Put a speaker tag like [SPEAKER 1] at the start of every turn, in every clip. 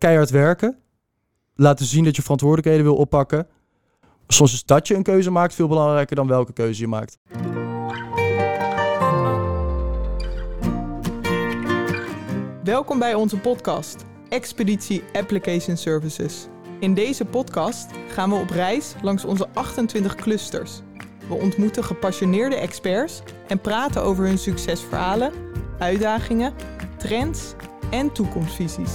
[SPEAKER 1] keihard werken. Laten zien dat je verantwoordelijkheden wil oppakken. Soms is dat je een keuze maakt veel belangrijker dan welke keuze je maakt.
[SPEAKER 2] Welkom bij onze podcast Expeditie Application Services. In deze podcast gaan we op reis langs onze 28 clusters. We ontmoeten gepassioneerde experts en praten over hun succesverhalen, uitdagingen, trends en toekomstvisies.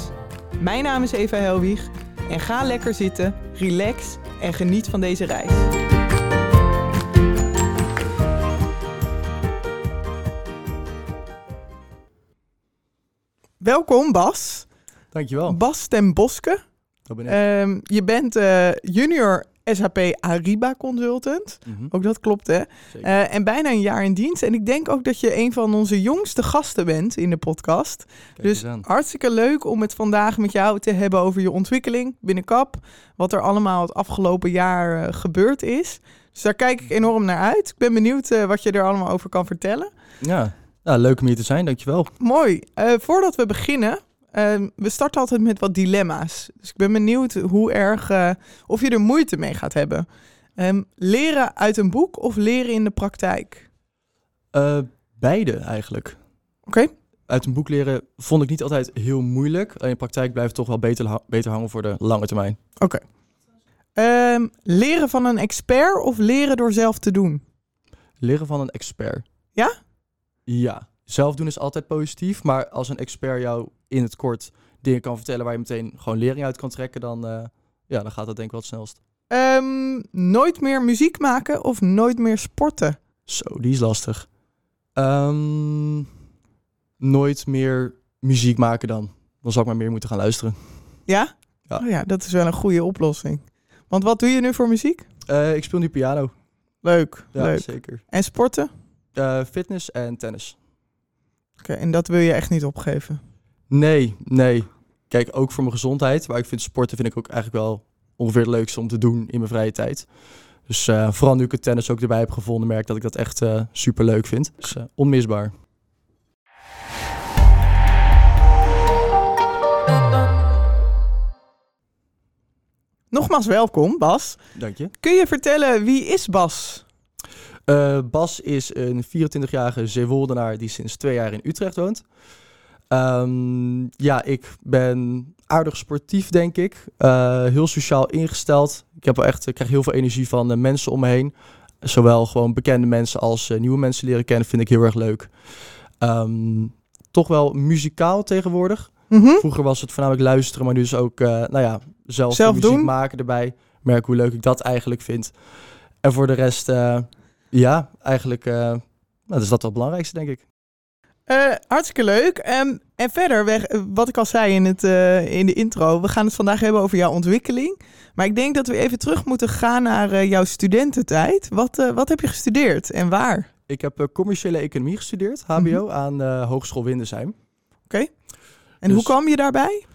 [SPEAKER 2] Mijn naam is Eva Helwig en ga lekker zitten, relax en geniet van deze reis. Welkom Bas.
[SPEAKER 1] Dankjewel.
[SPEAKER 2] Bas ten Boske.
[SPEAKER 1] Dat ben ik.
[SPEAKER 2] Ehm, je bent eh, junior SAP Ariba consultant.
[SPEAKER 1] Mhm.
[SPEAKER 2] Ook dat klopt, hè?
[SPEAKER 1] Zeker.
[SPEAKER 2] Eh, en bijna een jaar in dienst. En ik denk ook dat je een van onze jongste gasten bent in de podcast.
[SPEAKER 1] Kijk
[SPEAKER 2] dus
[SPEAKER 1] eens aan.
[SPEAKER 2] hartstikke leuk om het vandaag met jou te hebben over je ontwikkeling binnen KAP. Wat er allemaal het afgelopen jaar eh, gebeurd is. Dus daar kijk ik enorm naar uit. Ik ben benieuwd eh, wat je er allemaal over kan vertellen.
[SPEAKER 1] Ja. Nou, leuk om hier te zijn. Dankjewel.
[SPEAKER 2] Mooi. Eh, voordat we beginnen, ehm, we starten altijd met wat dilemma's. Dus ik ben benieuwd hoe erg, eh, of je er moeite mee gaat hebben. Ehm, leren uit een boek of leren in de praktijk?
[SPEAKER 1] Eh, beide eigenlijk.
[SPEAKER 2] Oké.
[SPEAKER 1] Uit een boek leren vond ik niet altijd heel moeilijk. Alleen in praktijk blijft het toch wel beter, ha- beter hangen voor de lange termijn.
[SPEAKER 2] Ehm, leren van een expert of leren door zelf te doen?
[SPEAKER 1] Leren van een expert.
[SPEAKER 2] Ja?
[SPEAKER 1] Ja. Zelf doen is altijd positief. Maar als een expert jou in het kort dingen kan vertellen waar je meteen gewoon lering uit kan trekken, dan, eh, ja, dan gaat dat denk ik wel het snelst.
[SPEAKER 2] Ehm, nooit meer muziek maken of nooit meer sporten?
[SPEAKER 1] Zo, die is lastig. Ehm, nooit meer muziek maken dan. Dan zou ik maar meer moeten gaan luisteren.
[SPEAKER 2] Ja?
[SPEAKER 1] Ja.
[SPEAKER 2] Oh ja, dat is wel een goede oplossing. Want wat doe je nu voor muziek?
[SPEAKER 1] Eh, ik speel nu piano.
[SPEAKER 2] Leuk,
[SPEAKER 1] Ja,
[SPEAKER 2] leuk.
[SPEAKER 1] zeker.
[SPEAKER 2] En sporten? Oké,
[SPEAKER 1] Eh, fitness en tennis.
[SPEAKER 2] en dat wil je echt niet opgeven.
[SPEAKER 1] Nee, nee. Kijk, ook voor mijn gezondheid. Maar ik vind sporten vind ik ook eigenlijk wel ongeveer het leukste om te doen in mijn vrije tijd. Dus eh, vooral nu ik het tennis ook erbij heb gevonden, merk ik dat ik dat echt eh super leuk vind. Dus eh, onmisbaar.
[SPEAKER 2] Nogmaals welkom, Bas.
[SPEAKER 1] Dank je.
[SPEAKER 2] Kun je vertellen wie is Bas?
[SPEAKER 1] Eh, Bas is een 24-jarige Zeewoldenaar die sinds twee jaar in Utrecht woont. Ehm, ja, ik ben aardig sportief, denk ik. Eh, heel sociaal ingesteld. Ik, heb wel echt, ik krijg heel veel energie van eh, mensen om me heen. Zowel gewoon bekende mensen als eh, nieuwe mensen leren kennen vind ik heel erg leuk. Ehm, toch wel muzikaal tegenwoordig. Vroeger was het voornamelijk luisteren, maar nu is ook eh, nou ja, zelf,
[SPEAKER 2] Zelf
[SPEAKER 1] muziek
[SPEAKER 2] doen.
[SPEAKER 1] maken erbij. Merk hoe leuk ik dat eigenlijk vind. En voor de rest, eh, ja, eigenlijk eh, nou, dat is dat wel het belangrijkste, denk ik.
[SPEAKER 2] Eh, hartstikke leuk. Ehm, en verder, weg, eh, wat ik al zei in, het, eh, in de intro, we gaan het vandaag hebben over jouw ontwikkeling. Maar ik denk dat we even terug moeten gaan naar eh, jouw studententijd. Wat, eh, wat heb je gestudeerd en waar?
[SPEAKER 1] Ik heb eh, commerciële economie gestudeerd, HBO,
[SPEAKER 2] Mhm.
[SPEAKER 1] aan eh, Hogeschool Windesheim.
[SPEAKER 2] En
[SPEAKER 1] Dus-
[SPEAKER 2] hoe kwam je daarbij?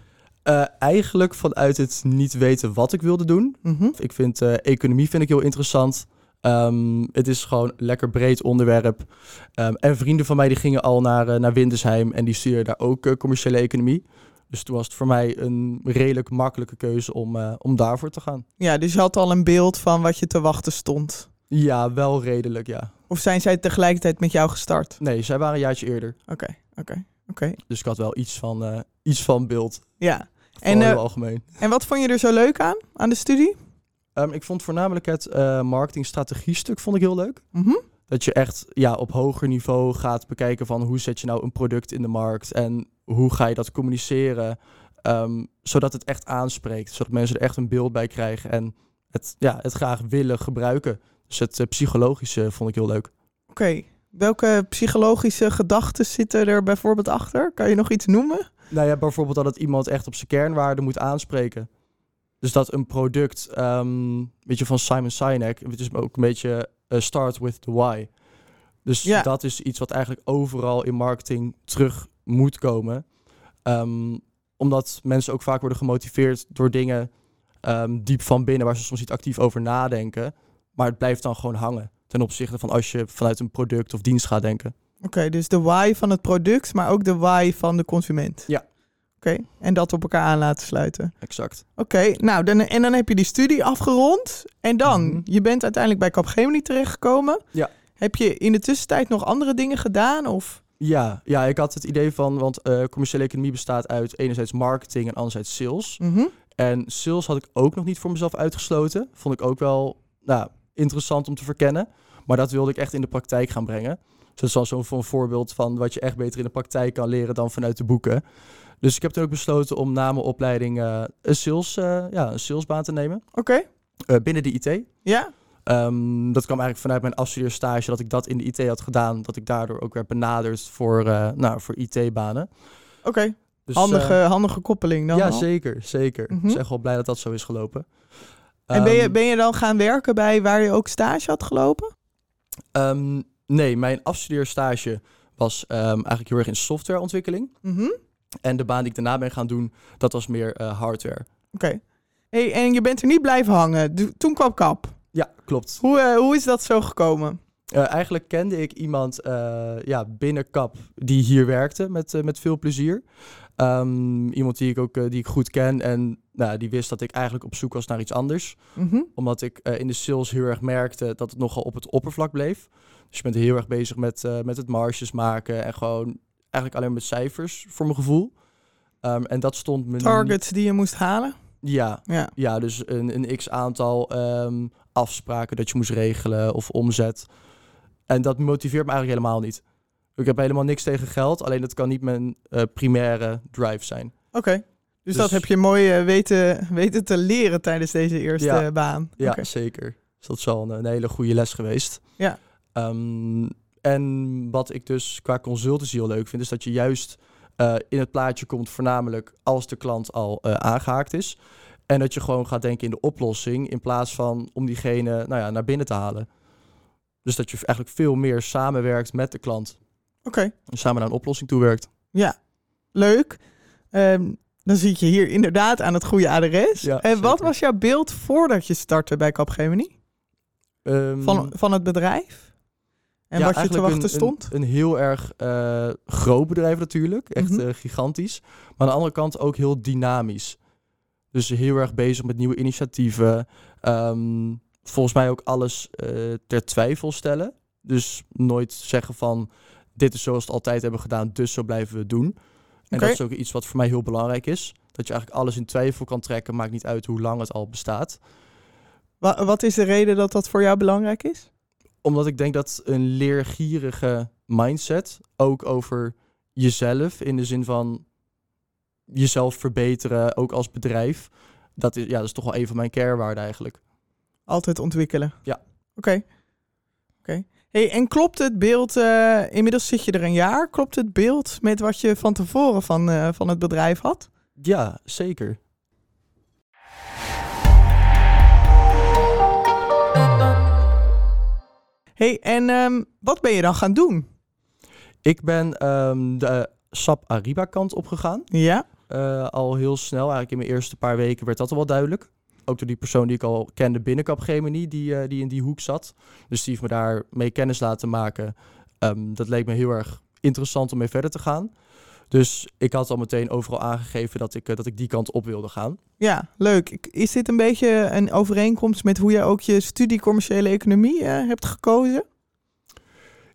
[SPEAKER 1] Eh, eigenlijk vanuit het niet weten wat ik wilde doen.
[SPEAKER 2] Mhm.
[SPEAKER 1] Ik vind eh, economie vind ik heel interessant. Ehm, het is gewoon een lekker breed onderwerp. Ehm, en vrienden van mij die gingen al naar, eh, naar Windesheim en die studeerden daar ook eh, commerciële economie. Dus toen was het voor mij een redelijk makkelijke keuze om, eh, om daarvoor te gaan.
[SPEAKER 2] Ja, dus je had al een beeld van wat je te wachten stond.
[SPEAKER 1] Ja, wel redelijk, ja.
[SPEAKER 2] Of zijn zij tegelijkertijd met jou gestart?
[SPEAKER 1] Nee, zij waren een jaartje eerder.
[SPEAKER 2] Oké, oké, oké.
[SPEAKER 1] Dus ik had wel iets van, eh, iets van beeld.
[SPEAKER 2] Ja.
[SPEAKER 1] En,
[SPEAKER 2] En, eh,
[SPEAKER 1] heel algemeen.
[SPEAKER 2] En wat vond je er zo leuk aan, aan de studie?
[SPEAKER 1] Ehm, ik vond voornamelijk het eh marketingstrategiestuk vond ik heel leuk.
[SPEAKER 2] Mhm.
[SPEAKER 1] Dat je echt ja, op hoger niveau gaat bekijken van hoe zet je nou een product in de markt en hoe ga je dat communiceren. ehm, zodat het echt aanspreekt. Zodat mensen er echt een beeld bij krijgen en het, ja, het graag willen gebruiken. Dus het eh, psychologische vond ik heel leuk.
[SPEAKER 2] Oké. Welke psychologische gedachten zitten er bijvoorbeeld achter? Kan je nog iets noemen?
[SPEAKER 1] Nou ja, bijvoorbeeld dat het iemand echt op zijn kernwaarde moet aanspreken. Dus dat een product, ehm weet je, van Simon Sinek, het is ook een beetje eh, start with the why. Dus
[SPEAKER 2] Ja.
[SPEAKER 1] dat is iets wat eigenlijk overal in marketing terug moet komen. Ehm, omdat mensen ook vaak worden gemotiveerd door dingen ehm, diep van binnen, waar ze soms niet actief over nadenken. Maar het blijft dan gewoon hangen ten opzichte van als je vanuit een product of dienst gaat denken.
[SPEAKER 2] Oké, dus de why van het product, maar ook de why van de consument.
[SPEAKER 1] Ja.
[SPEAKER 2] Oké, En dat op elkaar aan laten sluiten.
[SPEAKER 1] Exact.
[SPEAKER 2] Oké, nou, dan, en dan heb je die studie afgerond. En dan,
[SPEAKER 1] Mhm.
[SPEAKER 2] je bent uiteindelijk bij Capgemini terechtgekomen.
[SPEAKER 1] Ja.
[SPEAKER 2] Heb je in de tussentijd nog andere dingen gedaan? Of...
[SPEAKER 1] Ja, ja, ik had het idee van, want eh, commerciële economie bestaat uit enerzijds marketing en anderzijds sales.
[SPEAKER 2] Mhm.
[SPEAKER 1] En sales had ik ook nog niet voor mezelf uitgesloten. Vond ik ook wel nou, interessant om te verkennen. Maar dat wilde ik echt in de praktijk gaan brengen. Dus dat is al zo'n voor- voorbeeld van wat je echt beter in de praktijk kan leren dan vanuit de boeken. Dus ik heb toen ook besloten om na mijn opleiding eh, een, sales, eh, ja, een salesbaan te nemen
[SPEAKER 2] Oké,
[SPEAKER 1] eh, binnen de IT.
[SPEAKER 2] ja.
[SPEAKER 1] Ehm, dat kwam eigenlijk vanuit mijn afstudeerstage dat ik dat in de IT had gedaan. Dat ik daardoor ook werd benaderd voor, eh, nou, voor IT-banen.
[SPEAKER 2] Oké,
[SPEAKER 1] Dus,
[SPEAKER 2] handige,
[SPEAKER 1] eh,
[SPEAKER 2] handige koppeling dan.
[SPEAKER 1] ja,
[SPEAKER 2] al.
[SPEAKER 1] zeker. zeker.
[SPEAKER 2] Mhm.
[SPEAKER 1] Ik ben echt wel blij dat dat zo is gelopen.
[SPEAKER 2] En ben je,
[SPEAKER 1] Ehm,
[SPEAKER 2] ben je dan gaan werken bij waar je ook stage had gelopen?
[SPEAKER 1] Ehm, nee, mijn afstudeerstage was ehm, eigenlijk heel erg in softwareontwikkeling.
[SPEAKER 2] Mhm. Oké.
[SPEAKER 1] En de baan die ik daarna ben gaan doen, dat was meer eh, hardware.
[SPEAKER 2] Hey, en je bent er niet blijven hangen. Do- Toen kwam kap.
[SPEAKER 1] Ja, klopt.
[SPEAKER 2] Hoe, eh, hoe is dat zo gekomen?
[SPEAKER 1] Eh, eigenlijk kende ik iemand eh, ja, binnen KAP die hier werkte met, eh, met veel plezier. Ehm, iemand die ik ook eh, die ik goed ken en nou, die wist dat ik eigenlijk op zoek was naar iets anders.
[SPEAKER 2] Mhm.
[SPEAKER 1] Omdat ik eh, in de sales heel erg merkte dat het nogal op het oppervlak bleef. Dus je bent heel erg bezig met, eh, met het marges maken en gewoon eigenlijk alleen met cijfers voor mijn gevoel. Ehm, en dat stond me niet-
[SPEAKER 2] Targets die je moest halen?
[SPEAKER 1] Ja,
[SPEAKER 2] Ja.
[SPEAKER 1] ja, dus een, een x aantal ehm, afspraken dat je moest regelen of omzet. En dat motiveert me eigenlijk helemaal niet. Ik heb helemaal niks tegen geld, alleen dat kan niet mijn eh, primaire drive zijn.
[SPEAKER 2] Oké. Dus,
[SPEAKER 1] Dus-
[SPEAKER 2] dat heb je mooi eh, weten, weten te leren tijdens deze eerste
[SPEAKER 1] Ja.
[SPEAKER 2] eh, baan.
[SPEAKER 1] Ja,
[SPEAKER 2] Oké.
[SPEAKER 1] zeker. Dus dat is al een, een hele goede les geweest.
[SPEAKER 2] Ja.
[SPEAKER 1] Ehm, en wat ik dus qua consultancy heel leuk vind, is dat je juist eh, in het plaatje komt, voornamelijk als de klant al eh, aangehaakt is. En dat je gewoon gaat denken in de oplossing, in plaats van om diegene nou ja, naar binnen te halen. Dus dat je eigenlijk veel meer samenwerkt met de klant.
[SPEAKER 2] Oké,
[SPEAKER 1] En samen naar een oplossing toewerkt.
[SPEAKER 2] leuk. Ehm, dan zit je hier inderdaad aan het goede adres.
[SPEAKER 1] Ja,
[SPEAKER 2] en wat
[SPEAKER 1] zeker.
[SPEAKER 2] was jouw beeld voordat je startte bij Capgemini?
[SPEAKER 1] Ehm,
[SPEAKER 2] Van, van het bedrijf? En
[SPEAKER 1] Ja,
[SPEAKER 2] wat je te
[SPEAKER 1] eigenlijk
[SPEAKER 2] wachten
[SPEAKER 1] een-
[SPEAKER 2] stond?
[SPEAKER 1] Een, een heel erg eh, groot bedrijf natuurlijk. Echt
[SPEAKER 2] Mhm.
[SPEAKER 1] eh, gigantisch. Maar aan de andere kant ook heel dynamisch. Dus heel erg bezig met nieuwe initiatieven. Ehm, volgens mij ook alles eh, ter twijfel stellen. Dus nooit zeggen van dit is zoals we het altijd hebben gedaan, dus zo blijven we het doen. En
[SPEAKER 2] Oké.
[SPEAKER 1] dat is ook iets wat voor mij heel belangrijk is. Dat je eigenlijk alles in twijfel kan trekken, maakt niet uit hoe lang het al bestaat.
[SPEAKER 2] Wa- wat is de reden dat dat voor jou belangrijk is?
[SPEAKER 1] Omdat ik denk dat een leergierige mindset ook over jezelf, in de zin van jezelf verbeteren, ook als bedrijf, dat is, ja, dat is toch wel een van mijn kernwaarden eigenlijk.
[SPEAKER 2] Altijd ontwikkelen.
[SPEAKER 1] Ja.
[SPEAKER 2] Oké. Oké. Hey, en klopt het beeld, eh, inmiddels zit je er een jaar, klopt het beeld met wat je van tevoren van, eh, van het bedrijf had?
[SPEAKER 1] Ja, zeker.
[SPEAKER 2] Hey, en ehm, wat ben je dan gaan doen?
[SPEAKER 1] Ik ben ehm, de SAP Ariba kant opgegaan.
[SPEAKER 2] Ja,
[SPEAKER 1] Eh, al heel snel, eigenlijk in mijn eerste paar weken werd dat al wel duidelijk. Ook door die persoon die ik al kende binnen Capgemini, die, eh, die in die hoek zat. Dus die heeft me daar mee kennis laten maken. Ehm, dat leek me heel erg interessant om mee verder te gaan. Dus ik had al meteen overal aangegeven dat ik, eh, dat ik die kant op wilde gaan.
[SPEAKER 2] ja, leuk. Ik- Is dit een beetje een overeenkomst met hoe jij ook je studie commerciële economie eh, hebt gekozen?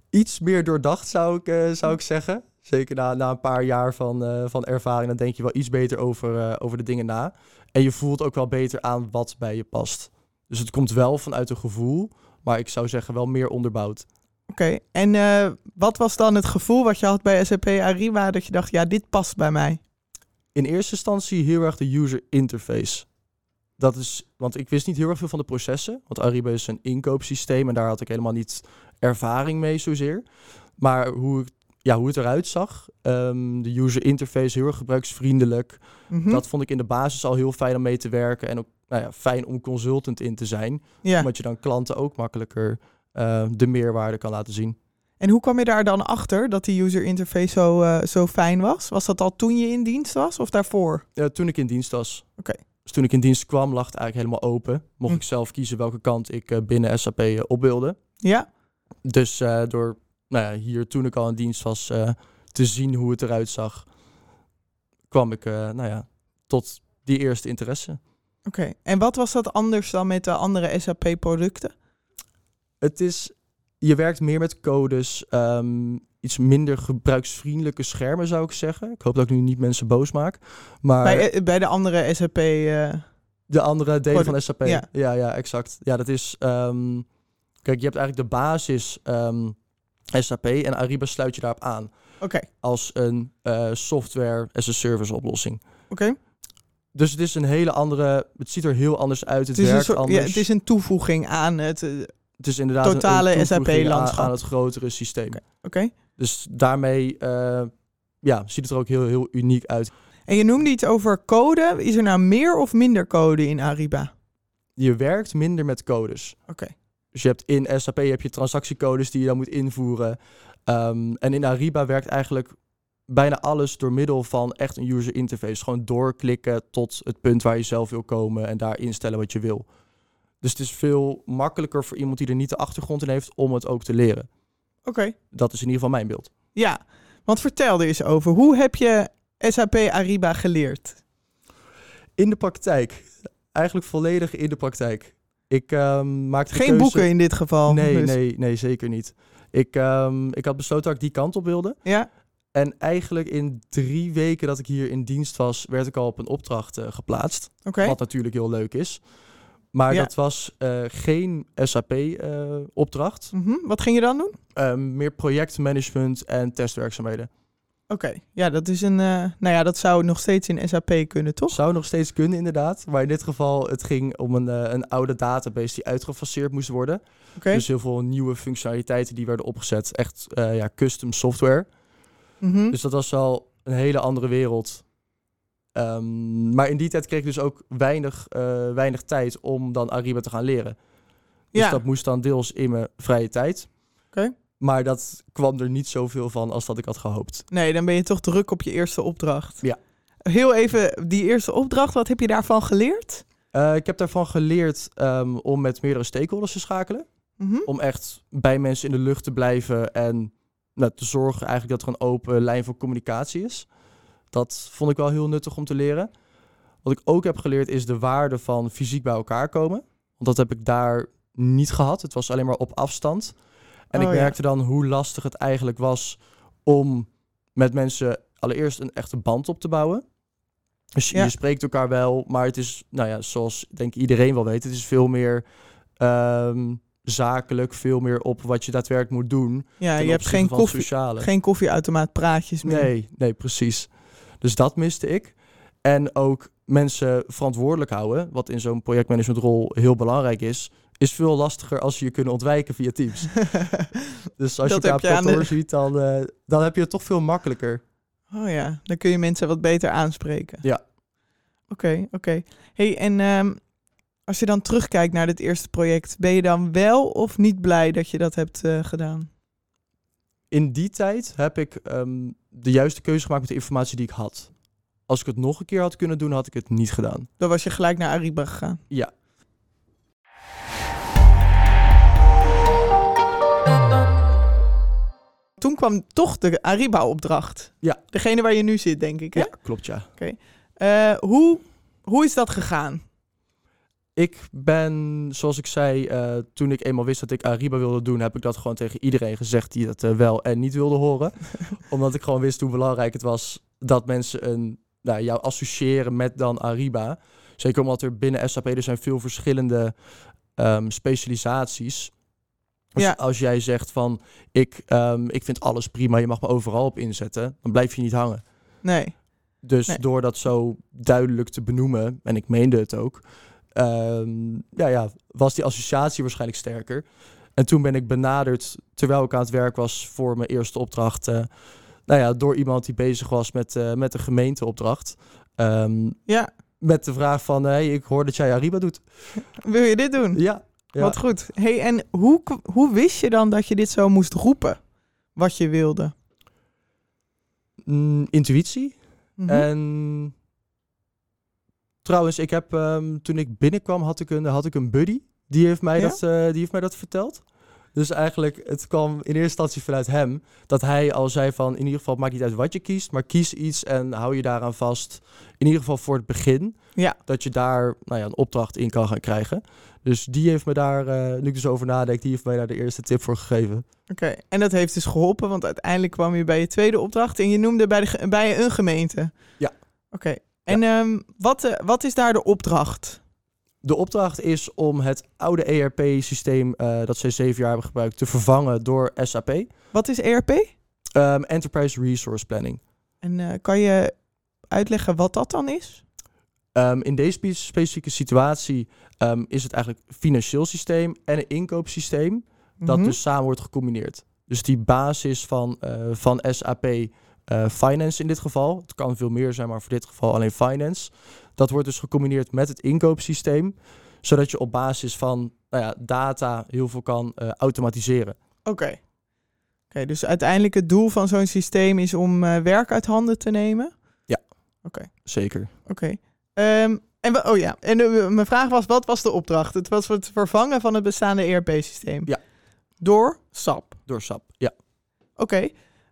[SPEAKER 1] Iets meer doordacht zou ik, eh, zou ik zeggen. Zeker na, na een paar jaar van, eh, van ervaring, dan denk je wel iets beter over, eh, over de dingen na. En je voelt ook wel beter aan wat bij je past. Dus het komt wel vanuit een gevoel, maar ik zou zeggen wel meer onderbouwd.
[SPEAKER 2] Oké, en eh, wat was dan het gevoel wat je had bij SAP Ariba dat je dacht, ja, dit past bij mij?
[SPEAKER 1] In eerste instantie heel erg de user interface. Dat is, want ik wist niet heel erg veel van de processen. Want Ariba is een inkoopsysteem en daar had ik helemaal niet ervaring mee zozeer. Maar hoe, ik- ja, hoe het eruit zag, ehm, de user interface heel erg gebruiksvriendelijk.
[SPEAKER 2] Mhm.
[SPEAKER 1] Dat vond ik in de basis al heel fijn om mee te werken. En ook nou ja, fijn om consultant in te zijn.
[SPEAKER 2] ja.
[SPEAKER 1] Omdat je dan klanten ook makkelijker eh, de meerwaarde kan laten zien.
[SPEAKER 2] En hoe kwam je daar dan achter dat die user interface zo, eh, zo fijn was? Was dat al toen je in dienst was of daarvoor?
[SPEAKER 1] Eh, toen ik in dienst was.
[SPEAKER 2] Oké.
[SPEAKER 1] Dus toen ik in dienst kwam, lag het eigenlijk helemaal open. Mocht
[SPEAKER 2] Hm.
[SPEAKER 1] ik zelf kiezen welke kant ik eh, binnen SAP eh, op wilde.
[SPEAKER 2] Ja,
[SPEAKER 1] Dus eh, door nou ja, hier toen ik al in dienst was eh, te zien hoe het eruit zag, kwam ik eh, nou ja, tot die eerste interesse.
[SPEAKER 2] Oké, en wat was dat anders dan met de andere SAP-producten?
[SPEAKER 1] Het is, je werkt meer met codes, ehm, iets minder gebruiksvriendelijke schermen zou ik zeggen. Ik hoop dat ik nu niet mensen boos maak. Maar
[SPEAKER 2] Bij, eh, bij de andere SAP. eh,
[SPEAKER 1] de andere delen
[SPEAKER 2] Oh,
[SPEAKER 1] van SAP.
[SPEAKER 2] ja.
[SPEAKER 1] Ja, ja, exact. Ja, dat is, ehm, kijk, je hebt eigenlijk de basis ehm, SAP en Ariba sluit je daarop aan
[SPEAKER 2] Oké,
[SPEAKER 1] als een eh, software as a service oplossing.
[SPEAKER 2] oké.
[SPEAKER 1] Dus het is een hele andere, het ziet er heel anders uit, het,
[SPEAKER 2] Het, is een
[SPEAKER 1] werkt
[SPEAKER 2] soort-
[SPEAKER 1] anders.
[SPEAKER 2] ja, het is een toevoeging aan het. eh, oké.
[SPEAKER 1] Het is inderdaad
[SPEAKER 2] Totale
[SPEAKER 1] een, een toevoeging aan-
[SPEAKER 2] SAP-landschap.
[SPEAKER 1] aan het grotere systeem. Dus daarmee eh, ja, ziet het er ook heel, heel uniek uit.
[SPEAKER 2] En je noemde iets over code. Is er nou meer of minder code in Ariba?
[SPEAKER 1] Je werkt minder met codes.
[SPEAKER 2] Oké.
[SPEAKER 1] Dus je hebt in SAP heb je transactiecodes die je dan moet invoeren. Ehm, en in Ariba werkt eigenlijk bijna alles door middel van echt een user interface. Gewoon doorklikken tot het punt waar je zelf wil komen en daar instellen wat je wil. Dus het is veel makkelijker voor iemand die er niet de achtergrond in heeft om het ook te leren.
[SPEAKER 2] Oké.
[SPEAKER 1] Dat is in ieder geval mijn beeld.
[SPEAKER 2] Ja, want vertel er eens over. Hoe heb je SAP Ariba geleerd?
[SPEAKER 1] In de praktijk. Eigenlijk volledig in de praktijk. Ik ehm maakte de
[SPEAKER 2] Geen
[SPEAKER 1] keuze-
[SPEAKER 2] boeken in dit geval.
[SPEAKER 1] Nee,
[SPEAKER 2] dus.
[SPEAKER 1] nee, nee, zeker niet. Ik, ehm, ik had besloten dat ik die kant op wilde.
[SPEAKER 2] Ja,
[SPEAKER 1] En eigenlijk in drie weken dat ik hier in dienst was, werd ik al op een opdracht eh, geplaatst.
[SPEAKER 2] oké.
[SPEAKER 1] Wat natuurlijk heel leuk is. Maar
[SPEAKER 2] Ja.
[SPEAKER 1] dat was eh, geen SAP-opdracht.
[SPEAKER 2] Mhm. Wat ging je dan doen? Oké,
[SPEAKER 1] eh, Ehm, meer projectmanagement en testwerkzaamheden.
[SPEAKER 2] ja, dat is een. eh, nou ja, dat zou nog steeds in SAP kunnen, toch?
[SPEAKER 1] Zou nog steeds kunnen, inderdaad. Maar in dit geval, het ging om een, eh, een oude database die uitgefaseerd moest worden.
[SPEAKER 2] Oké.
[SPEAKER 1] Dus heel veel nieuwe functionaliteiten die werden opgezet. Echt eh, ja, custom software.
[SPEAKER 2] Mhm.
[SPEAKER 1] Dus dat was wel een hele andere wereld. Ehm, maar in die tijd kreeg ik dus ook weinig, eh, weinig tijd om dan Ariba te gaan leren. Dus
[SPEAKER 2] ja,
[SPEAKER 1] dat moest dan deels in mijn vrije tijd.
[SPEAKER 2] Oké.
[SPEAKER 1] Maar dat kwam er niet zoveel van als dat ik had gehoopt.
[SPEAKER 2] nee, dan ben je toch druk op je eerste opdracht.
[SPEAKER 1] Ja.
[SPEAKER 2] Heel even, die eerste opdracht, wat heb je daarvan geleerd?
[SPEAKER 1] Eh, ik heb daarvan geleerd ehm, om met meerdere stakeholders te schakelen.
[SPEAKER 2] Mhm.
[SPEAKER 1] Om echt bij mensen in de lucht te blijven en nou, te zorgen eigenlijk dat er een open lijn van communicatie is. Dat vond ik wel heel nuttig om te leren. Wat ik ook heb geleerd is de waarde van fysiek bij elkaar komen. Want dat heb ik daar niet gehad. Het was alleen maar op afstand. En
[SPEAKER 2] Oh,
[SPEAKER 1] ik
[SPEAKER 2] ja.
[SPEAKER 1] merkte dan hoe lastig het eigenlijk was om met mensen allereerst een echte band op te bouwen. Dus je-
[SPEAKER 2] Ja.
[SPEAKER 1] je spreekt elkaar wel, maar het is, nou ja, zoals denk ik iedereen wel weet, het is veel meer ehm, zakelijk, veel meer op wat je daadwerkelijk moet doen.
[SPEAKER 2] Ja,
[SPEAKER 1] ten
[SPEAKER 2] je hebt
[SPEAKER 1] opzichte
[SPEAKER 2] geen,
[SPEAKER 1] van
[SPEAKER 2] koffie,
[SPEAKER 1] sociale.
[SPEAKER 2] geen koffieautomaat praatjes meer.
[SPEAKER 1] Nee, nee, precies. Dus dat miste ik. En ook mensen verantwoordelijk houden, wat in zo'n projectmanagementrol heel belangrijk is, is veel lastiger als je je kunnen ontwijken via Teams. Dus als
[SPEAKER 2] Dat
[SPEAKER 1] je
[SPEAKER 2] heb je
[SPEAKER 1] elkaar
[SPEAKER 2] aan
[SPEAKER 1] op
[SPEAKER 2] de-
[SPEAKER 1] kantoor ziet, dan, eh, dan heb je het toch veel makkelijker.
[SPEAKER 2] Oh ja, dan kun je mensen wat beter aanspreken.
[SPEAKER 1] Ja.
[SPEAKER 2] Oké, oké. Hey, en ehm, als je dan terugkijkt naar dit eerste project, ben je dan wel of niet blij dat je dat hebt eh, gedaan?
[SPEAKER 1] In die tijd heb ik ehm, de juiste keuze gemaakt met de informatie die ik had. Als ik het nog een keer had kunnen doen, had ik het niet gedaan.
[SPEAKER 2] Dan was je gelijk naar Ariba gegaan.
[SPEAKER 1] Ja.
[SPEAKER 2] Toen kwam toch de Ariba-opdracht.
[SPEAKER 1] Ja.
[SPEAKER 2] Degene waar je nu zit, denk ik. Hè?
[SPEAKER 1] Ja, klopt ja.
[SPEAKER 2] Eh, hoe, hoe is dat gegaan?
[SPEAKER 1] Ik ben, zoals ik zei, eh, toen ik eenmaal wist dat ik Ariba wilde doen, heb ik dat gewoon tegen iedereen gezegd die dat eh, wel en niet wilde horen. Omdat ik gewoon wist hoe belangrijk het was dat mensen een, nou, jou associëren met dan Ariba. Zeker omdat er binnen SAP er dus zijn veel verschillende ehm, specialisaties. Dus
[SPEAKER 2] Ja.
[SPEAKER 1] als jij zegt van, ik, ehm, ik vind alles prima, je mag me overal op inzetten, dan blijf je niet hangen.
[SPEAKER 2] Nee.
[SPEAKER 1] Dus
[SPEAKER 2] Nee.
[SPEAKER 1] door dat zo duidelijk te benoemen, en ik meende het ook, ehm, ja, ja, was die associatie waarschijnlijk sterker. En toen ben ik benaderd, terwijl ik aan het werk was voor mijn eerste opdracht, eh, nou ja, door iemand die bezig was met, eh, met de gemeenteopdracht. Ehm,
[SPEAKER 2] Ja,
[SPEAKER 1] met de vraag van, hey, ik hoor dat jij Ariba doet.
[SPEAKER 2] wil je dit doen?
[SPEAKER 1] Ja, ja.
[SPEAKER 2] Wat goed. Hey, en hoe, k- hoe wist je dan dat je dit zo moest roepen? Wat je wilde?
[SPEAKER 1] Mm, intuïtie.
[SPEAKER 2] Mhm.
[SPEAKER 1] Eh. En trouwens, ik heb ehm, toen ik binnenkwam had ik een, had ik een buddy. Die heeft mij,
[SPEAKER 2] Ja?
[SPEAKER 1] dat, eh, die heeft mij dat verteld. Dus eigenlijk, het kwam in eerste instantie vanuit hem. Dat hij al zei van, in ieder geval, het maakt niet uit wat je kiest. Maar kies iets en hou je daaraan vast. In ieder geval voor het begin.
[SPEAKER 2] Ja.
[SPEAKER 1] Dat je daar nou ja, een opdracht in kan gaan krijgen. Dus die heeft me daar, eh, nu ik dus over nadenk, die heeft mij daar de eerste tip voor gegeven.
[SPEAKER 2] Oké, en dat heeft dus geholpen, want uiteindelijk kwam je bij je tweede opdracht en je noemde bij, de, ge- bij een gemeente.
[SPEAKER 1] Ja.
[SPEAKER 2] Oké, en ehm, wat, eh, wat is daar de opdracht?
[SPEAKER 1] De opdracht is om het oude ERP-systeem eh, dat zij zeven jaar hebben gebruikt te vervangen door SAP.
[SPEAKER 2] Wat is E ERP?
[SPEAKER 1] Ehm, Enterprise Resource Planning.
[SPEAKER 2] En eh, kan je uitleggen wat dat dan is?
[SPEAKER 1] Ehm, in deze spe- specifieke situatie ehm, is het eigenlijk een financieel systeem en een inkoopsysteem. dat
[SPEAKER 2] Mhm.
[SPEAKER 1] dus samen wordt gecombineerd. Dus die basis van, eh, van SAP eh, Finance in dit geval, het kan veel meer zijn, maar voor dit geval alleen Finance, dat wordt dus gecombineerd met het inkoopsysteem, zodat je op basis van nou ja, data heel veel kan eh, automatiseren.
[SPEAKER 2] Oké. Oké, dus uiteindelijk het doel van zo'n systeem is om eh, werk uit handen te nemen.
[SPEAKER 1] Zeker.
[SPEAKER 2] Oké. Ehm, en wa- oh ja, en eh, mijn vraag was, wat was de opdracht? Het was het vervangen van het bestaande ERP-systeem.
[SPEAKER 1] Ja.
[SPEAKER 2] Door SAP.
[SPEAKER 1] Door SAP. Ja,
[SPEAKER 2] Oké.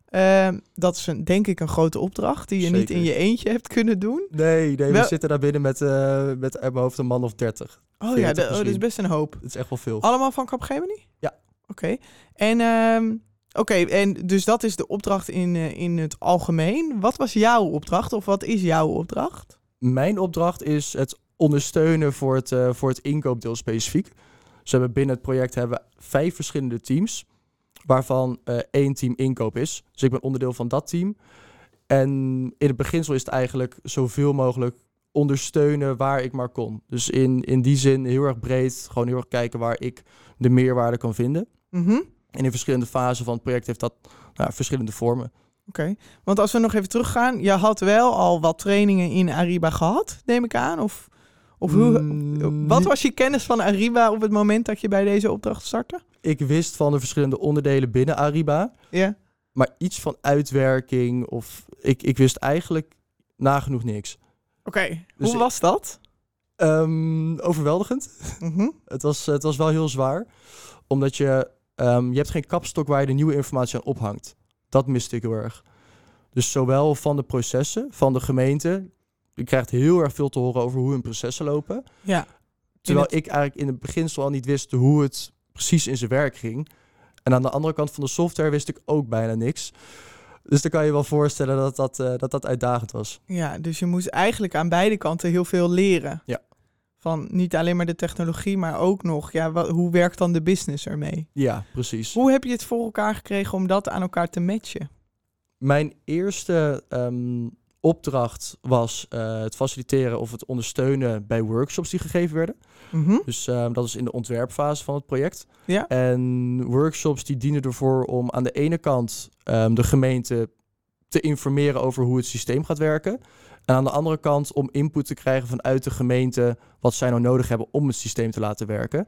[SPEAKER 2] Ehm, dat is een, denk ik een grote opdracht die je niet
[SPEAKER 1] Zeker.
[SPEAKER 2] in je eentje hebt kunnen doen.
[SPEAKER 1] nee, nee
[SPEAKER 2] Wel-
[SPEAKER 1] we zitten daar binnen met, eh, met uit mijn hoofd een man of dertig.
[SPEAKER 2] Oh ja,
[SPEAKER 1] 40
[SPEAKER 2] de- oh, dat is
[SPEAKER 1] misschien.
[SPEAKER 2] best een hoop.
[SPEAKER 1] Dat is echt wel veel.
[SPEAKER 2] Allemaal van Capgemini?
[SPEAKER 1] Ja.
[SPEAKER 2] Oké. En, ehm, oké, en dus dat is de opdracht in, eh, in het algemeen. Wat was jouw opdracht of wat is jouw opdracht?
[SPEAKER 1] Mijn opdracht is het ondersteunen voor het, eh, voor het inkoopdeel specifiek. Dus we hebben binnen het project hebben we vijf verschillende teams, waarvan eh, één team inkoop is. Dus ik ben onderdeel van dat team. En in het beginsel is het eigenlijk zoveel mogelijk ondersteunen waar ik maar kon. Dus in, in die zin heel erg breed, gewoon heel erg kijken waar ik de meerwaarde kan vinden.
[SPEAKER 2] Mhm.
[SPEAKER 1] En in verschillende fasen van het project heeft dat nou, verschillende vormen.
[SPEAKER 2] Oké, want als we nog even teruggaan, je had wel al wat trainingen in Ariba gehad, neem ik aan? Of, of hoe,
[SPEAKER 1] Mm,
[SPEAKER 2] wat was je kennis van Ariba op het moment dat je bij deze opdracht startte?
[SPEAKER 1] Ik wist van de verschillende onderdelen binnen Ariba.
[SPEAKER 2] Ja.
[SPEAKER 1] Maar iets van uitwerking of... Ik, ik wist eigenlijk nagenoeg niks.
[SPEAKER 2] Oké,
[SPEAKER 1] Dus
[SPEAKER 2] hoe
[SPEAKER 1] ik-
[SPEAKER 2] was dat?
[SPEAKER 1] Ehm, overweldigend.
[SPEAKER 2] Mhm.
[SPEAKER 1] Het was, het was wel heel zwaar. Omdat je... ehm, je hebt geen kapstok waar je de nieuwe informatie aan ophangt. Dat miste ik heel erg. Dus zowel van de processen, van de gemeente... Je krijgt heel erg veel te horen over hoe hun processen lopen.
[SPEAKER 2] Ja.
[SPEAKER 1] Terwijl
[SPEAKER 2] het-
[SPEAKER 1] ik eigenlijk in het beginsel al niet wist hoe het precies in zijn werk ging. En aan de andere kant van de software wist ik ook bijna niks. Dus dan kan je je wel voorstellen dat dat, eh, dat, dat uitdagend was.
[SPEAKER 2] Ja, dus je moest eigenlijk aan beide kanten heel veel leren.
[SPEAKER 1] Ja.
[SPEAKER 2] Van niet alleen maar de technologie, maar ook nog, ja, wa- hoe werkt dan de business ermee?
[SPEAKER 1] Ja, precies.
[SPEAKER 2] Hoe heb je het voor elkaar gekregen om dat aan elkaar te matchen?
[SPEAKER 1] Mijn eerste ehm, opdracht was eh, het faciliteren of het ondersteunen bij workshops die gegeven werden.
[SPEAKER 2] Mhm.
[SPEAKER 1] Dus ehm, dat is in de ontwerpfase van het project.
[SPEAKER 2] Ja.
[SPEAKER 1] En workshops die dienen ervoor om aan de ene kant ehm, de gemeente te informeren over hoe het systeem gaat werken. En aan de andere kant om input te krijgen vanuit de gemeente wat zij nou nodig hebben om het systeem te laten werken.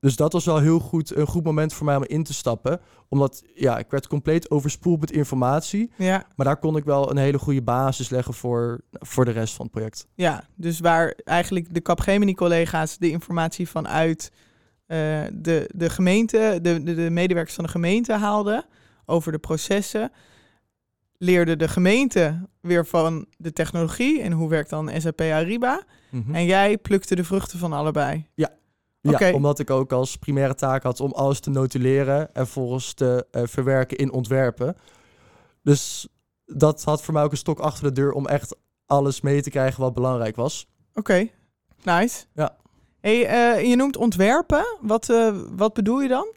[SPEAKER 1] Dus dat was wel heel goed, een goed moment voor mij om in te stappen. Omdat ja, ik werd compleet overspoeld met informatie.
[SPEAKER 2] Ja,
[SPEAKER 1] Maar daar kon ik wel een hele goede basis leggen voor, voor de rest van het project.
[SPEAKER 2] Ja, dus waar eigenlijk de Capgemini-collega's de informatie vanuit eh, de, de gemeente, de, de, de medewerkers van de gemeente haalden over de processen, leerde de gemeente weer van de technologie en hoe werkt dan SAP Ariba.
[SPEAKER 1] Hm.
[SPEAKER 2] En jij plukte de vruchten van allebei.
[SPEAKER 1] Mhm. Ja,
[SPEAKER 2] Oké.
[SPEAKER 1] omdat ik ook als primaire taak had om alles te notuleren en volgens te eh, verwerken in ontwerpen. Dus dat had voor mij ook een stok achter de deur om echt alles mee te krijgen wat belangrijk was.
[SPEAKER 2] Oké, nice.
[SPEAKER 1] Ja.
[SPEAKER 2] Hey, eh, je noemt ontwerpen. Wat, eh, wat bedoel je dan?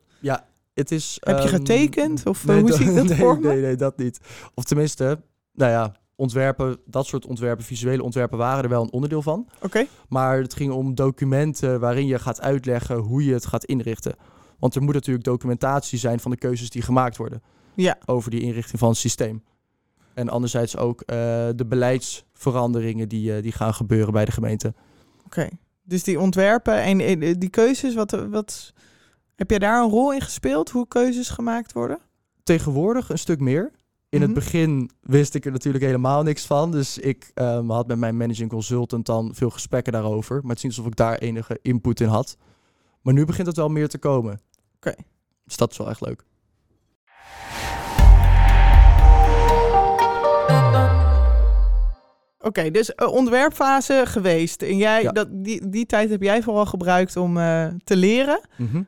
[SPEAKER 1] Het is,
[SPEAKER 2] Heb je
[SPEAKER 1] ehm,
[SPEAKER 2] getekend? Of, eh, hoe
[SPEAKER 1] dat-
[SPEAKER 2] zie ik dat
[SPEAKER 1] nee,
[SPEAKER 2] voor me?
[SPEAKER 1] Nee, nee, dat niet. Of tenminste, nou ja, ontwerpen, dat soort ontwerpen, visuele ontwerpen waren er wel een onderdeel van.
[SPEAKER 2] Oké.
[SPEAKER 1] Maar het ging om documenten waarin je gaat uitleggen hoe je het gaat inrichten. Want er moet natuurlijk documentatie zijn van de keuzes die gemaakt worden.
[SPEAKER 2] Ja.
[SPEAKER 1] Over die inrichting van het systeem. En anderzijds ook eh, de beleidsveranderingen die, eh, die gaan gebeuren bij de gemeente.
[SPEAKER 2] Oké. Dus die ontwerpen en eh, die keuzes, wat, wat, heb jij daar een rol in gespeeld? Hoe keuzes gemaakt worden?
[SPEAKER 1] Tegenwoordig een stuk meer. In het
[SPEAKER 2] Mhm.
[SPEAKER 1] begin wist ik er natuurlijk helemaal niks van. Dus ik ehm, had met mijn managing consultant dan veel gesprekken daarover. Maar het is niet alsof ik daar enige input in had. Maar nu begint het wel meer te komen. Dus dat is wel echt leuk.
[SPEAKER 2] Oké, dus eh, ontwerpfase geweest. En jij,
[SPEAKER 1] Ja.
[SPEAKER 2] dat, die, die tijd heb jij vooral gebruikt om eh, te leren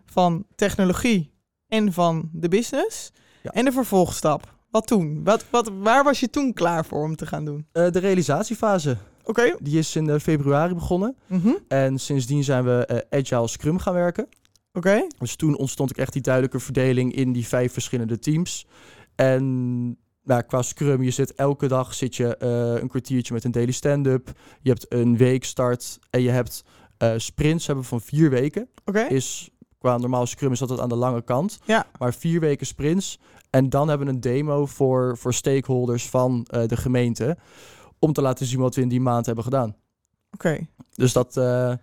[SPEAKER 2] van technologie en van de business.
[SPEAKER 1] Ja.
[SPEAKER 2] En de vervolgstap. Wat toen? Wat, wat, waar was je toen klaar voor om te gaan doen?
[SPEAKER 1] Eh, de realisatiefase,
[SPEAKER 2] Oké.
[SPEAKER 1] die is in eh, februari begonnen.
[SPEAKER 2] Mhm.
[SPEAKER 1] En sindsdien zijn we eh, Agile Scrum gaan werken.
[SPEAKER 2] Oké.
[SPEAKER 1] Dus toen ontstond ook echt die duidelijke verdeling in die vijf verschillende teams. En nou, qua Scrum, je zit elke dag zit je, eh, een kwartiertje met een daily stand-up. Je hebt een weekstart en je hebt eh, sprints hebben we van vier weken.
[SPEAKER 2] Oké.
[SPEAKER 1] Is, qua normaal Scrum is dat het aan de lange kant.
[SPEAKER 2] Ja.
[SPEAKER 1] Maar vier weken sprints. En dan hebben we een demo voor, voor stakeholders van eh, de gemeente. Om te laten zien wat we in die maand hebben gedaan.
[SPEAKER 2] Oké.
[SPEAKER 1] Dus dat eh,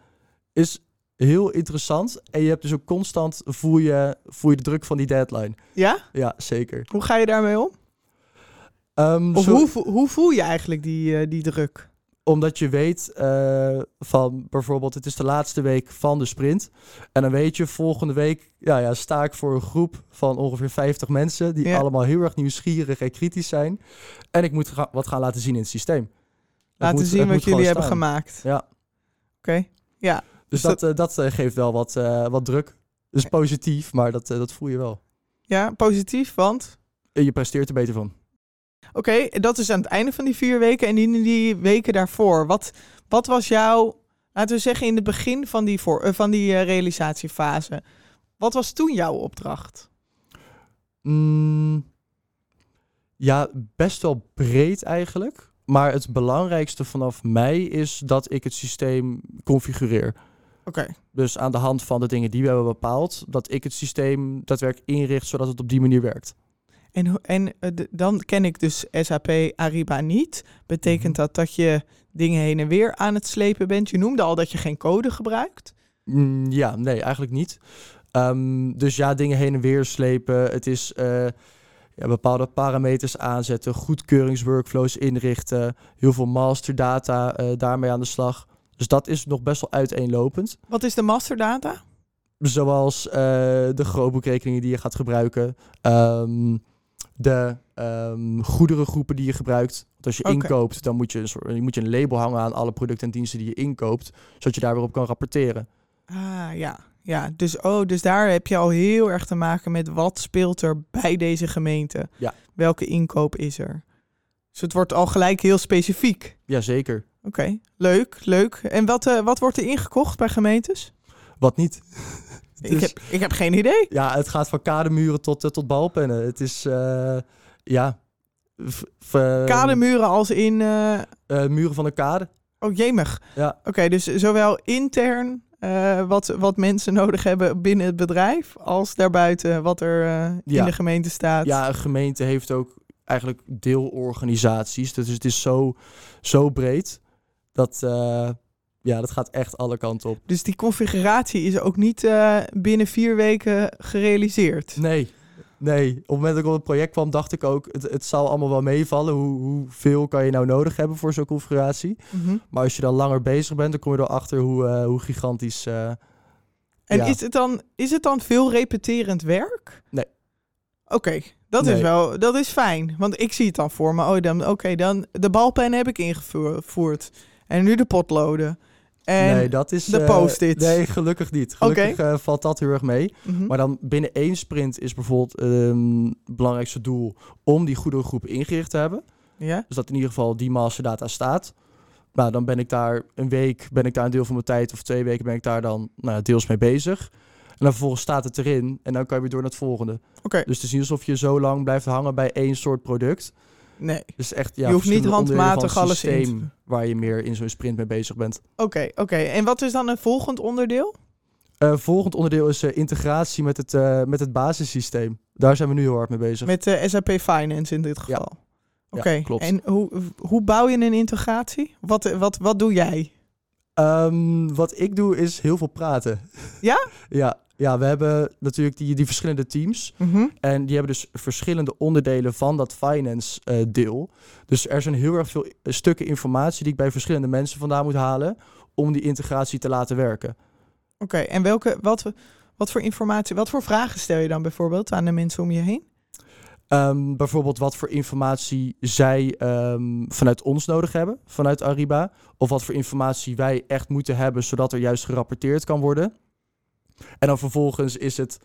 [SPEAKER 1] is heel interessant. En je hebt dus ook constant voel je, voel je de druk van die deadline.
[SPEAKER 2] Ja?
[SPEAKER 1] Ja, zeker.
[SPEAKER 2] Hoe ga je daarmee om?
[SPEAKER 1] Ehm,
[SPEAKER 2] Of
[SPEAKER 1] zo-
[SPEAKER 2] hoe, vo- hoe voel je eigenlijk die, eh, die druk?
[SPEAKER 1] Omdat je weet eh, van bijvoorbeeld, het is de laatste week van de sprint. En dan weet je, volgende week ja, ja, sta ik voor een groep van ongeveer 50 mensen. Die
[SPEAKER 2] Ja.
[SPEAKER 1] allemaal heel erg nieuwsgierig en kritisch zijn. En ik moet ga- wat gaan laten zien in het systeem. Het
[SPEAKER 2] Laten
[SPEAKER 1] moet-
[SPEAKER 2] zien
[SPEAKER 1] het
[SPEAKER 2] wat
[SPEAKER 1] moet
[SPEAKER 2] jullie
[SPEAKER 1] gewoon
[SPEAKER 2] hebben
[SPEAKER 1] staan.
[SPEAKER 2] gemaakt.
[SPEAKER 1] Ja.
[SPEAKER 2] Oké.
[SPEAKER 1] Dus
[SPEAKER 2] Dus
[SPEAKER 1] dat, eh, dat eh, geeft wel wat, eh, wat druk. Dus positief, maar dat, eh, dat voel je wel.
[SPEAKER 2] Ja, positief, want...
[SPEAKER 1] En je presteert er beter van.
[SPEAKER 2] Oké, dat is aan het einde van die vier weken. En in die weken daarvoor, wat, wat was jouw... Laten we zeggen, in het begin van die, voor, eh, van die eh, realisatiefase. Wat was toen jouw opdracht?
[SPEAKER 1] Mm, ja, best wel breed eigenlijk. Maar het belangrijkste vanaf mij is dat ik het systeem configureer.
[SPEAKER 2] Oké,
[SPEAKER 1] Dus aan de hand van de dingen die we hebben bepaald, dat ik het systeem daadwerkelijk inricht zodat het op die manier werkt.
[SPEAKER 2] en, ho- en eh, de- dan ken ik dus SAP Ariba niet. Betekent
[SPEAKER 1] Mhm.
[SPEAKER 2] dat dat je dingen heen en weer aan het slepen bent? Je noemde al dat je geen code gebruikt.
[SPEAKER 1] Mm, ja, nee, eigenlijk niet. Ehm, dus ja, dingen heen en weer slepen. Het is eh, ja, bepaalde parameters aanzetten, goedkeuringsworkflows inrichten, heel veel masterdata eh, daarmee aan de slag. Dus dat is nog best wel uiteenlopend.
[SPEAKER 2] Wat is de masterdata?
[SPEAKER 1] Zoals eh, de grootboekrekeningen die je gaat gebruiken. ehm, de ehm, goederengroepen die je gebruikt. Want als je
[SPEAKER 2] Oké.
[SPEAKER 1] inkoopt, dan moet je, een soort, je moet je een label hangen aan alle producten en diensten die je inkoopt. Zodat je daar weer op kan rapporteren.
[SPEAKER 2] Ah, ja. Ja, dus, oh, dus daar heb je al heel erg te maken met wat speelt er bij deze gemeente?
[SPEAKER 1] Ja.
[SPEAKER 2] Welke inkoop is er? Dus het wordt al gelijk heel specifiek.
[SPEAKER 1] Jazeker.
[SPEAKER 2] Oké, leuk, leuk. En wat, eh, wat wordt er ingekocht bij gemeentes?
[SPEAKER 1] Wat niet?
[SPEAKER 2] Ik,
[SPEAKER 1] Dus-
[SPEAKER 2] heb, ik heb geen idee.
[SPEAKER 1] Ja, het gaat van kademuren tot, eh, tot balpennen. Het is, eh, ja... v- v- eh,
[SPEAKER 2] Kademuren als in... eh,
[SPEAKER 1] eh, muren van een kade.
[SPEAKER 2] oh, jemig.
[SPEAKER 1] Ja.
[SPEAKER 2] Oké, dus zowel intern eh, wat, wat mensen nodig hebben binnen het bedrijf... als daarbuiten wat er eh, in
[SPEAKER 1] Ja.
[SPEAKER 2] de gemeente staat.
[SPEAKER 1] Ja, een gemeente heeft ook eigenlijk deelorganisaties. Dus het is zo, zo breed dat, eh, ja, dat gaat echt alle kanten op.
[SPEAKER 2] Dus die configuratie is ook niet eh, binnen vier weken gerealiseerd.
[SPEAKER 1] Nee, nee. Op het moment dat ik op het project kwam, dacht ik ook, het, het zal allemaal wel meevallen. Hoe, hoeveel kan je nou nodig hebben voor zo'n configuratie? Maar als je dan langer bezig bent, dan kom je erachter hoe, eh, hoe gigantisch. eh,
[SPEAKER 2] En
[SPEAKER 1] Ja.
[SPEAKER 2] is, het dan, is het dan veel repeterend werk?
[SPEAKER 1] Nee.
[SPEAKER 2] Oké, dat is
[SPEAKER 1] Nee.
[SPEAKER 2] wel dat is fijn. Want ik zie het dan voor me. Oh, dan, oké, dan de balpen heb ik ingevoerd. En nu de potloden. En,
[SPEAKER 1] nee, dat is.
[SPEAKER 2] de
[SPEAKER 1] eh,
[SPEAKER 2] post-its.
[SPEAKER 1] Nee, gelukkig niet. Gelukkig eh, valt dat heel erg mee.
[SPEAKER 2] Mhm.
[SPEAKER 1] Maar dan binnen één sprint is bijvoorbeeld ehm, het belangrijkste doel om die goede groep ingericht te hebben.
[SPEAKER 2] ja?
[SPEAKER 1] Dus dat in ieder geval die masterdata staat. Nou, dan ben ik daar een week, ben ik daar een deel van mijn tijd of twee weken ben ik daar dan nou, ja, deels mee bezig. En dan vervolgens staat het erin en dan kan je weer door naar het volgende.
[SPEAKER 2] Oké.
[SPEAKER 1] Dus het is niet alsof je zo lang blijft hangen bij één soort product.
[SPEAKER 2] Nee.
[SPEAKER 1] Dus echt, ja,
[SPEAKER 2] Je hoeft niet
[SPEAKER 1] verschillende onderdelen van
[SPEAKER 2] handmatig alles
[SPEAKER 1] het
[SPEAKER 2] in te
[SPEAKER 1] systeem waar je meer in zo'n sprint mee bezig bent.
[SPEAKER 2] Oké, oké. En wat is dan een volgend onderdeel?
[SPEAKER 1] Eh, volgend onderdeel is eh, integratie met het, eh, met het basissysteem. Daar zijn we nu heel hard mee bezig.
[SPEAKER 2] Met eh, SAP Finance in dit geval.
[SPEAKER 1] Ja,
[SPEAKER 2] Oké,
[SPEAKER 1] klopt.
[SPEAKER 2] en hoe, hoe bouw je een integratie? Wat, eh, wat, wat doe jij?
[SPEAKER 1] Ehm, wat ik doe is heel veel praten.
[SPEAKER 2] Ja?
[SPEAKER 1] ja, ja, we hebben natuurlijk die, die verschillende teams.
[SPEAKER 2] Mhm.
[SPEAKER 1] En die hebben dus verschillende onderdelen van dat finance eh, deel. Dus er zijn heel erg veel eh, stukken informatie die ik bij verschillende mensen vandaan moet halen. om die integratie te laten werken.
[SPEAKER 2] Oké, en welke, wat, Wat voor informatie, wat voor vragen stel je dan bijvoorbeeld aan de mensen om je heen?
[SPEAKER 1] Ehm, bijvoorbeeld wat voor informatie zij ehm, vanuit ons nodig hebben, vanuit Ariba. Of wat voor informatie wij echt moeten hebben, zodat er juist gerapporteerd kan worden. En dan vervolgens is het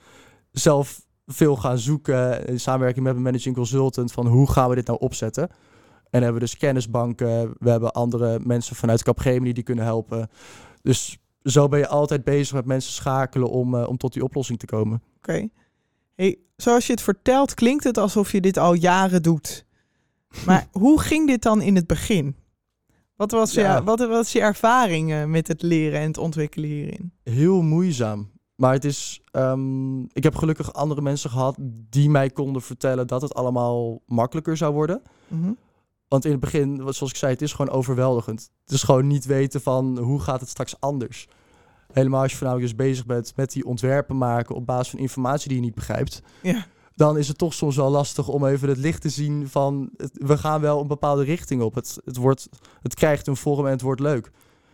[SPEAKER 1] zelf veel gaan zoeken in samenwerking met een managing consultant van hoe gaan we dit nou opzetten. En hebben we dus kennisbanken, we hebben andere mensen vanuit Capgemini die kunnen helpen. Dus zo ben je altijd bezig met mensen schakelen om, eh, om tot die oplossing te komen.
[SPEAKER 2] Oké. Hey, zoals je het vertelt, klinkt het alsof je dit al jaren doet. Maar hoe ging dit dan in het begin? Wat was,
[SPEAKER 1] Ja.
[SPEAKER 2] je, wat, wat is je ervaring eh, met het leren en het ontwikkelen hierin?
[SPEAKER 1] heel moeizaam. Maar het is. ehm, ik heb gelukkig andere mensen gehad die mij konden vertellen dat het allemaal makkelijker zou worden.
[SPEAKER 2] Mhm.
[SPEAKER 1] Want in het begin, wat- zoals ik zei, het is gewoon overweldigend. Het is gewoon niet weten van hoe gaat het straks anders. Helemaal als je voornamelijk dus bezig bent met die ontwerpen maken op basis van informatie die je niet begrijpt.
[SPEAKER 2] Ja.
[SPEAKER 1] Dan is het toch soms wel lastig om even het licht te zien van het- we gaan wel een bepaalde richting op. Het, het, wordt, het krijgt een vorm en het wordt leuk.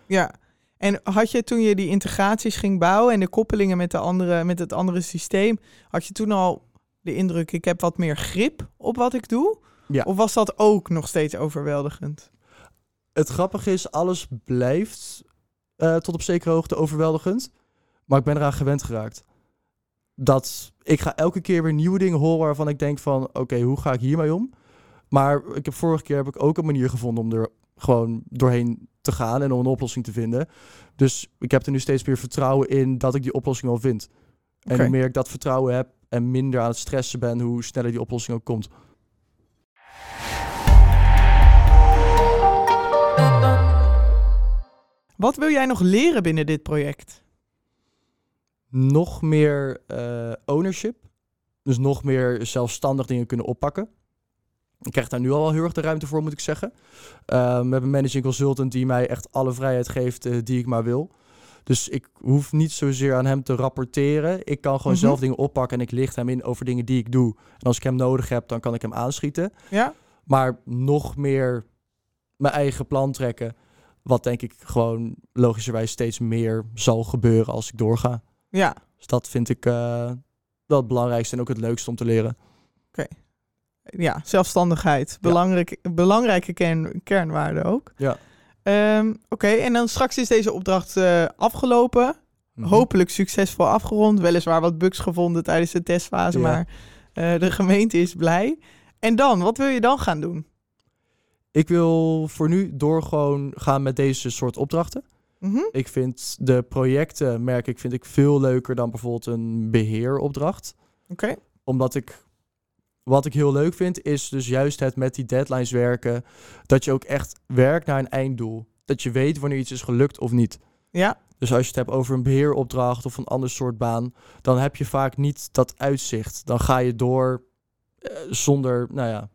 [SPEAKER 2] ja. En had je toen je die integraties ging bouwen en de koppelingen met, de andere, met het andere systeem, had je toen al de indruk, ik heb wat meer grip op wat ik doe?
[SPEAKER 1] Ja.
[SPEAKER 2] Of was dat ook nog steeds overweldigend?
[SPEAKER 1] het grappige is, alles blijft eh, tot op zekere hoogte overweldigend. Maar ik ben eraan gewend geraakt. Dat ik ga elke keer weer nieuwe dingen horen waarvan ik denk van... oké, hoe ga ik hiermee om? Maar ik heb vorige keer heb ik ook een manier gevonden om er gewoon doorheen te gaan... en om een oplossing te vinden. Dus ik heb er nu steeds meer vertrouwen in dat ik die oplossing wel vind. En
[SPEAKER 2] Oké.
[SPEAKER 1] hoe meer ik dat vertrouwen heb en minder aan het stressen ben... hoe sneller die oplossing ook komt.
[SPEAKER 2] Wat wil jij nog leren binnen dit project?
[SPEAKER 1] nog meer eh, ownership. Dus nog meer zelfstandig dingen kunnen oppakken. Ik krijg daar nu al wel heel erg de ruimte voor, moet ik zeggen. Ehm, we hebben een managing consultant die mij echt alle vrijheid geeft eh, die ik maar wil. Dus ik hoef niet zozeer aan hem te rapporteren. Ik kan gewoon
[SPEAKER 2] Mhm.
[SPEAKER 1] zelf dingen oppakken en ik licht hem in over dingen die ik doe. En als ik hem nodig heb, dan kan ik hem aanschieten.
[SPEAKER 2] Ja?
[SPEAKER 1] Maar nog meer mijn eigen plan trekken. Wat denk ik gewoon logischerwijs steeds meer zal gebeuren als ik doorga.
[SPEAKER 2] Ja.
[SPEAKER 1] Dus dat vind ik eh, wel het belangrijkste en ook het leukste om te leren.
[SPEAKER 2] ja, zelfstandigheid. Belangrijk, Belangrijke kern, kernwaarde ook.
[SPEAKER 1] Ja.
[SPEAKER 2] Ehm, Oké, en dan straks is deze opdracht eh, afgelopen.
[SPEAKER 1] Mhm.
[SPEAKER 2] Hopelijk succesvol afgerond. Weliswaar wat bugs gevonden tijdens de testfase,
[SPEAKER 1] Ja.
[SPEAKER 2] maar eh, de gemeente is blij. En dan, wat wil je dan gaan doen?
[SPEAKER 1] Ik wil voor nu door gewoon gaan met deze soort opdrachten.
[SPEAKER 2] Mhm,
[SPEAKER 1] Ik vind de projecten, merk ik, vind ik veel leuker dan bijvoorbeeld een beheeropdracht.
[SPEAKER 2] Oké.
[SPEAKER 1] Omdat ik, wat ik heel leuk vind, is dus juist het met die deadlines werken. Dat je ook echt werkt naar een einddoel. Dat je weet wanneer iets is gelukt of niet.
[SPEAKER 2] Ja,
[SPEAKER 1] Dus als je het hebt over een beheeropdracht of een ander soort baan, dan heb je vaak niet dat uitzicht. Dan ga je door eh, zonder, nou ja,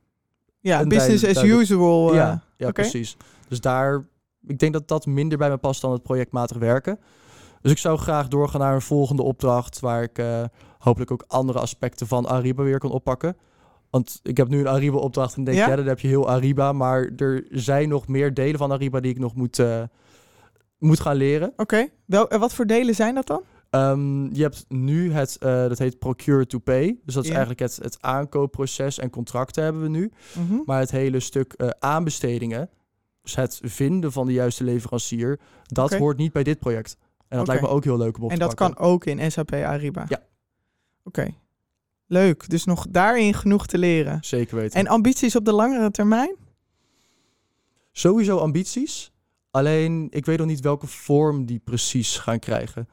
[SPEAKER 2] ja
[SPEAKER 1] En
[SPEAKER 2] business
[SPEAKER 1] duidelijk-
[SPEAKER 2] as
[SPEAKER 1] duidelijk.
[SPEAKER 2] usual. eh,
[SPEAKER 1] ja, ja
[SPEAKER 2] oké.
[SPEAKER 1] precies. Dus daar, ik denk dat dat minder bij me past dan het projectmatig werken. Dus ik zou graag doorgaan naar een volgende opdracht waar ik eh, hopelijk ook andere aspecten van Ariba weer kan oppakken. Want ik heb nu een Ariba-opdracht en denk,
[SPEAKER 2] Ja?
[SPEAKER 1] ja? dan heb je heel Ariba. Maar er zijn nog meer delen van Ariba die ik nog moet, eh, moet gaan leren.
[SPEAKER 2] Oké, Wel- eh, wat voor delen zijn dat dan?
[SPEAKER 1] Ehm, je hebt nu het, eh, dat heet procure to pay. Dus dat is
[SPEAKER 2] Ja.
[SPEAKER 1] eigenlijk het, het aankoopproces en contracten hebben we nu.
[SPEAKER 2] Mhm,
[SPEAKER 1] Maar het hele stuk eh, aanbestedingen, dus het vinden van de juiste leverancier, dat
[SPEAKER 2] Oké.
[SPEAKER 1] hoort niet bij dit project. En dat
[SPEAKER 2] Oké.
[SPEAKER 1] lijkt me ook heel leuk om op
[SPEAKER 2] En
[SPEAKER 1] te
[SPEAKER 2] dat
[SPEAKER 1] pakken.
[SPEAKER 2] kan ook in SAP Ariba?
[SPEAKER 1] Ja.
[SPEAKER 2] Oké, leuk. Dus nog daarin genoeg te leren.
[SPEAKER 1] Zeker weten.
[SPEAKER 2] En ambities op de langere termijn?
[SPEAKER 1] Sowieso ambities. Alleen ik weet nog niet welke vorm die precies gaan krijgen.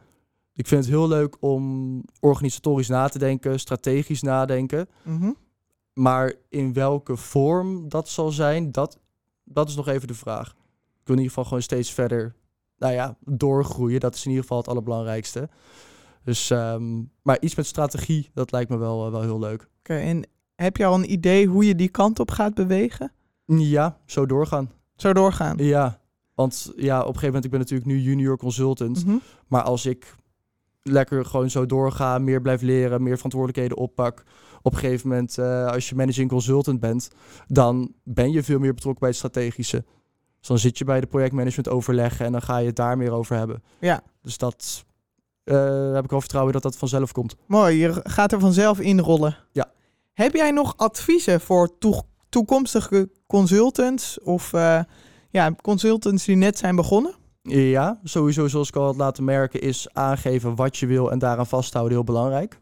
[SPEAKER 1] Ik vind het heel leuk om organisatorisch na te denken, strategisch nadenken.
[SPEAKER 2] Mhm.
[SPEAKER 1] Maar in welke vorm dat zal zijn, dat, dat is nog even de vraag. Ik wil in ieder geval gewoon steeds verder nou ja, doorgroeien. Dat is in ieder geval het allerbelangrijkste. Dus, ehm, maar iets met strategie, dat lijkt me wel, eh, wel heel leuk.
[SPEAKER 2] Oké, en heb je al een idee hoe je die kant op gaat bewegen?
[SPEAKER 1] Ja, zo doorgaan.
[SPEAKER 2] Zo doorgaan.
[SPEAKER 1] Ja, want ja, op een gegeven moment, ik ben natuurlijk nu junior consultant.
[SPEAKER 2] Mhm.
[SPEAKER 1] Maar als ik lekker gewoon zo doorga, meer blijf leren, meer verantwoordelijkheden oppak. Op een gegeven moment, eh, als je managing consultant bent, dan ben je veel meer betrokken bij het strategische. Dus dan zit je bij de projectmanagement overleggen en dan ga je het daar meer over hebben.
[SPEAKER 2] Ja.
[SPEAKER 1] Dus dat, eh, heb ik wel vertrouwen dat dat vanzelf komt.
[SPEAKER 2] Mooi, je gaat er vanzelf inrollen.
[SPEAKER 1] Ja.
[SPEAKER 2] Heb jij nog adviezen voor toeg- toekomstige consultants of eh, ja, consultants die net zijn begonnen?
[SPEAKER 1] Ja, sowieso zoals ik al had laten merken is aangeven wat je wil en daaraan vasthouden heel belangrijk.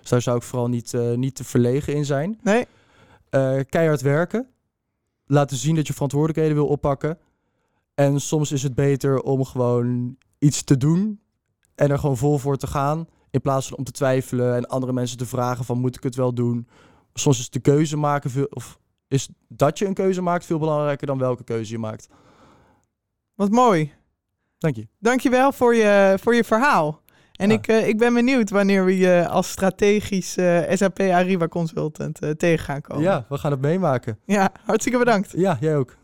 [SPEAKER 1] Dus daar zou ik vooral niet, eh, niet te verlegen in zijn.
[SPEAKER 2] Nee?
[SPEAKER 1] Eh, keihard werken. Laten zien dat je verantwoordelijkheden wil oppakken. En soms is het beter om gewoon iets te doen en er gewoon vol voor te gaan. In plaats van om te twijfelen en andere mensen te vragen van moet ik het wel doen. Soms is de keuze maken veel, of is dat je een keuze maakt veel belangrijker dan welke keuze je maakt.
[SPEAKER 2] Wat mooi.
[SPEAKER 1] Dank je.
[SPEAKER 2] Dankjewel voor je, voor je verhaal. En
[SPEAKER 1] Ja.
[SPEAKER 2] ik, eh, ik ben benieuwd wanneer we je als strategisch eh, SAP Arriva consultant eh, tegen gaan komen.
[SPEAKER 1] Ja, we gaan het meemaken.
[SPEAKER 2] ja, hartstikke bedankt.
[SPEAKER 1] Ja, jij ook.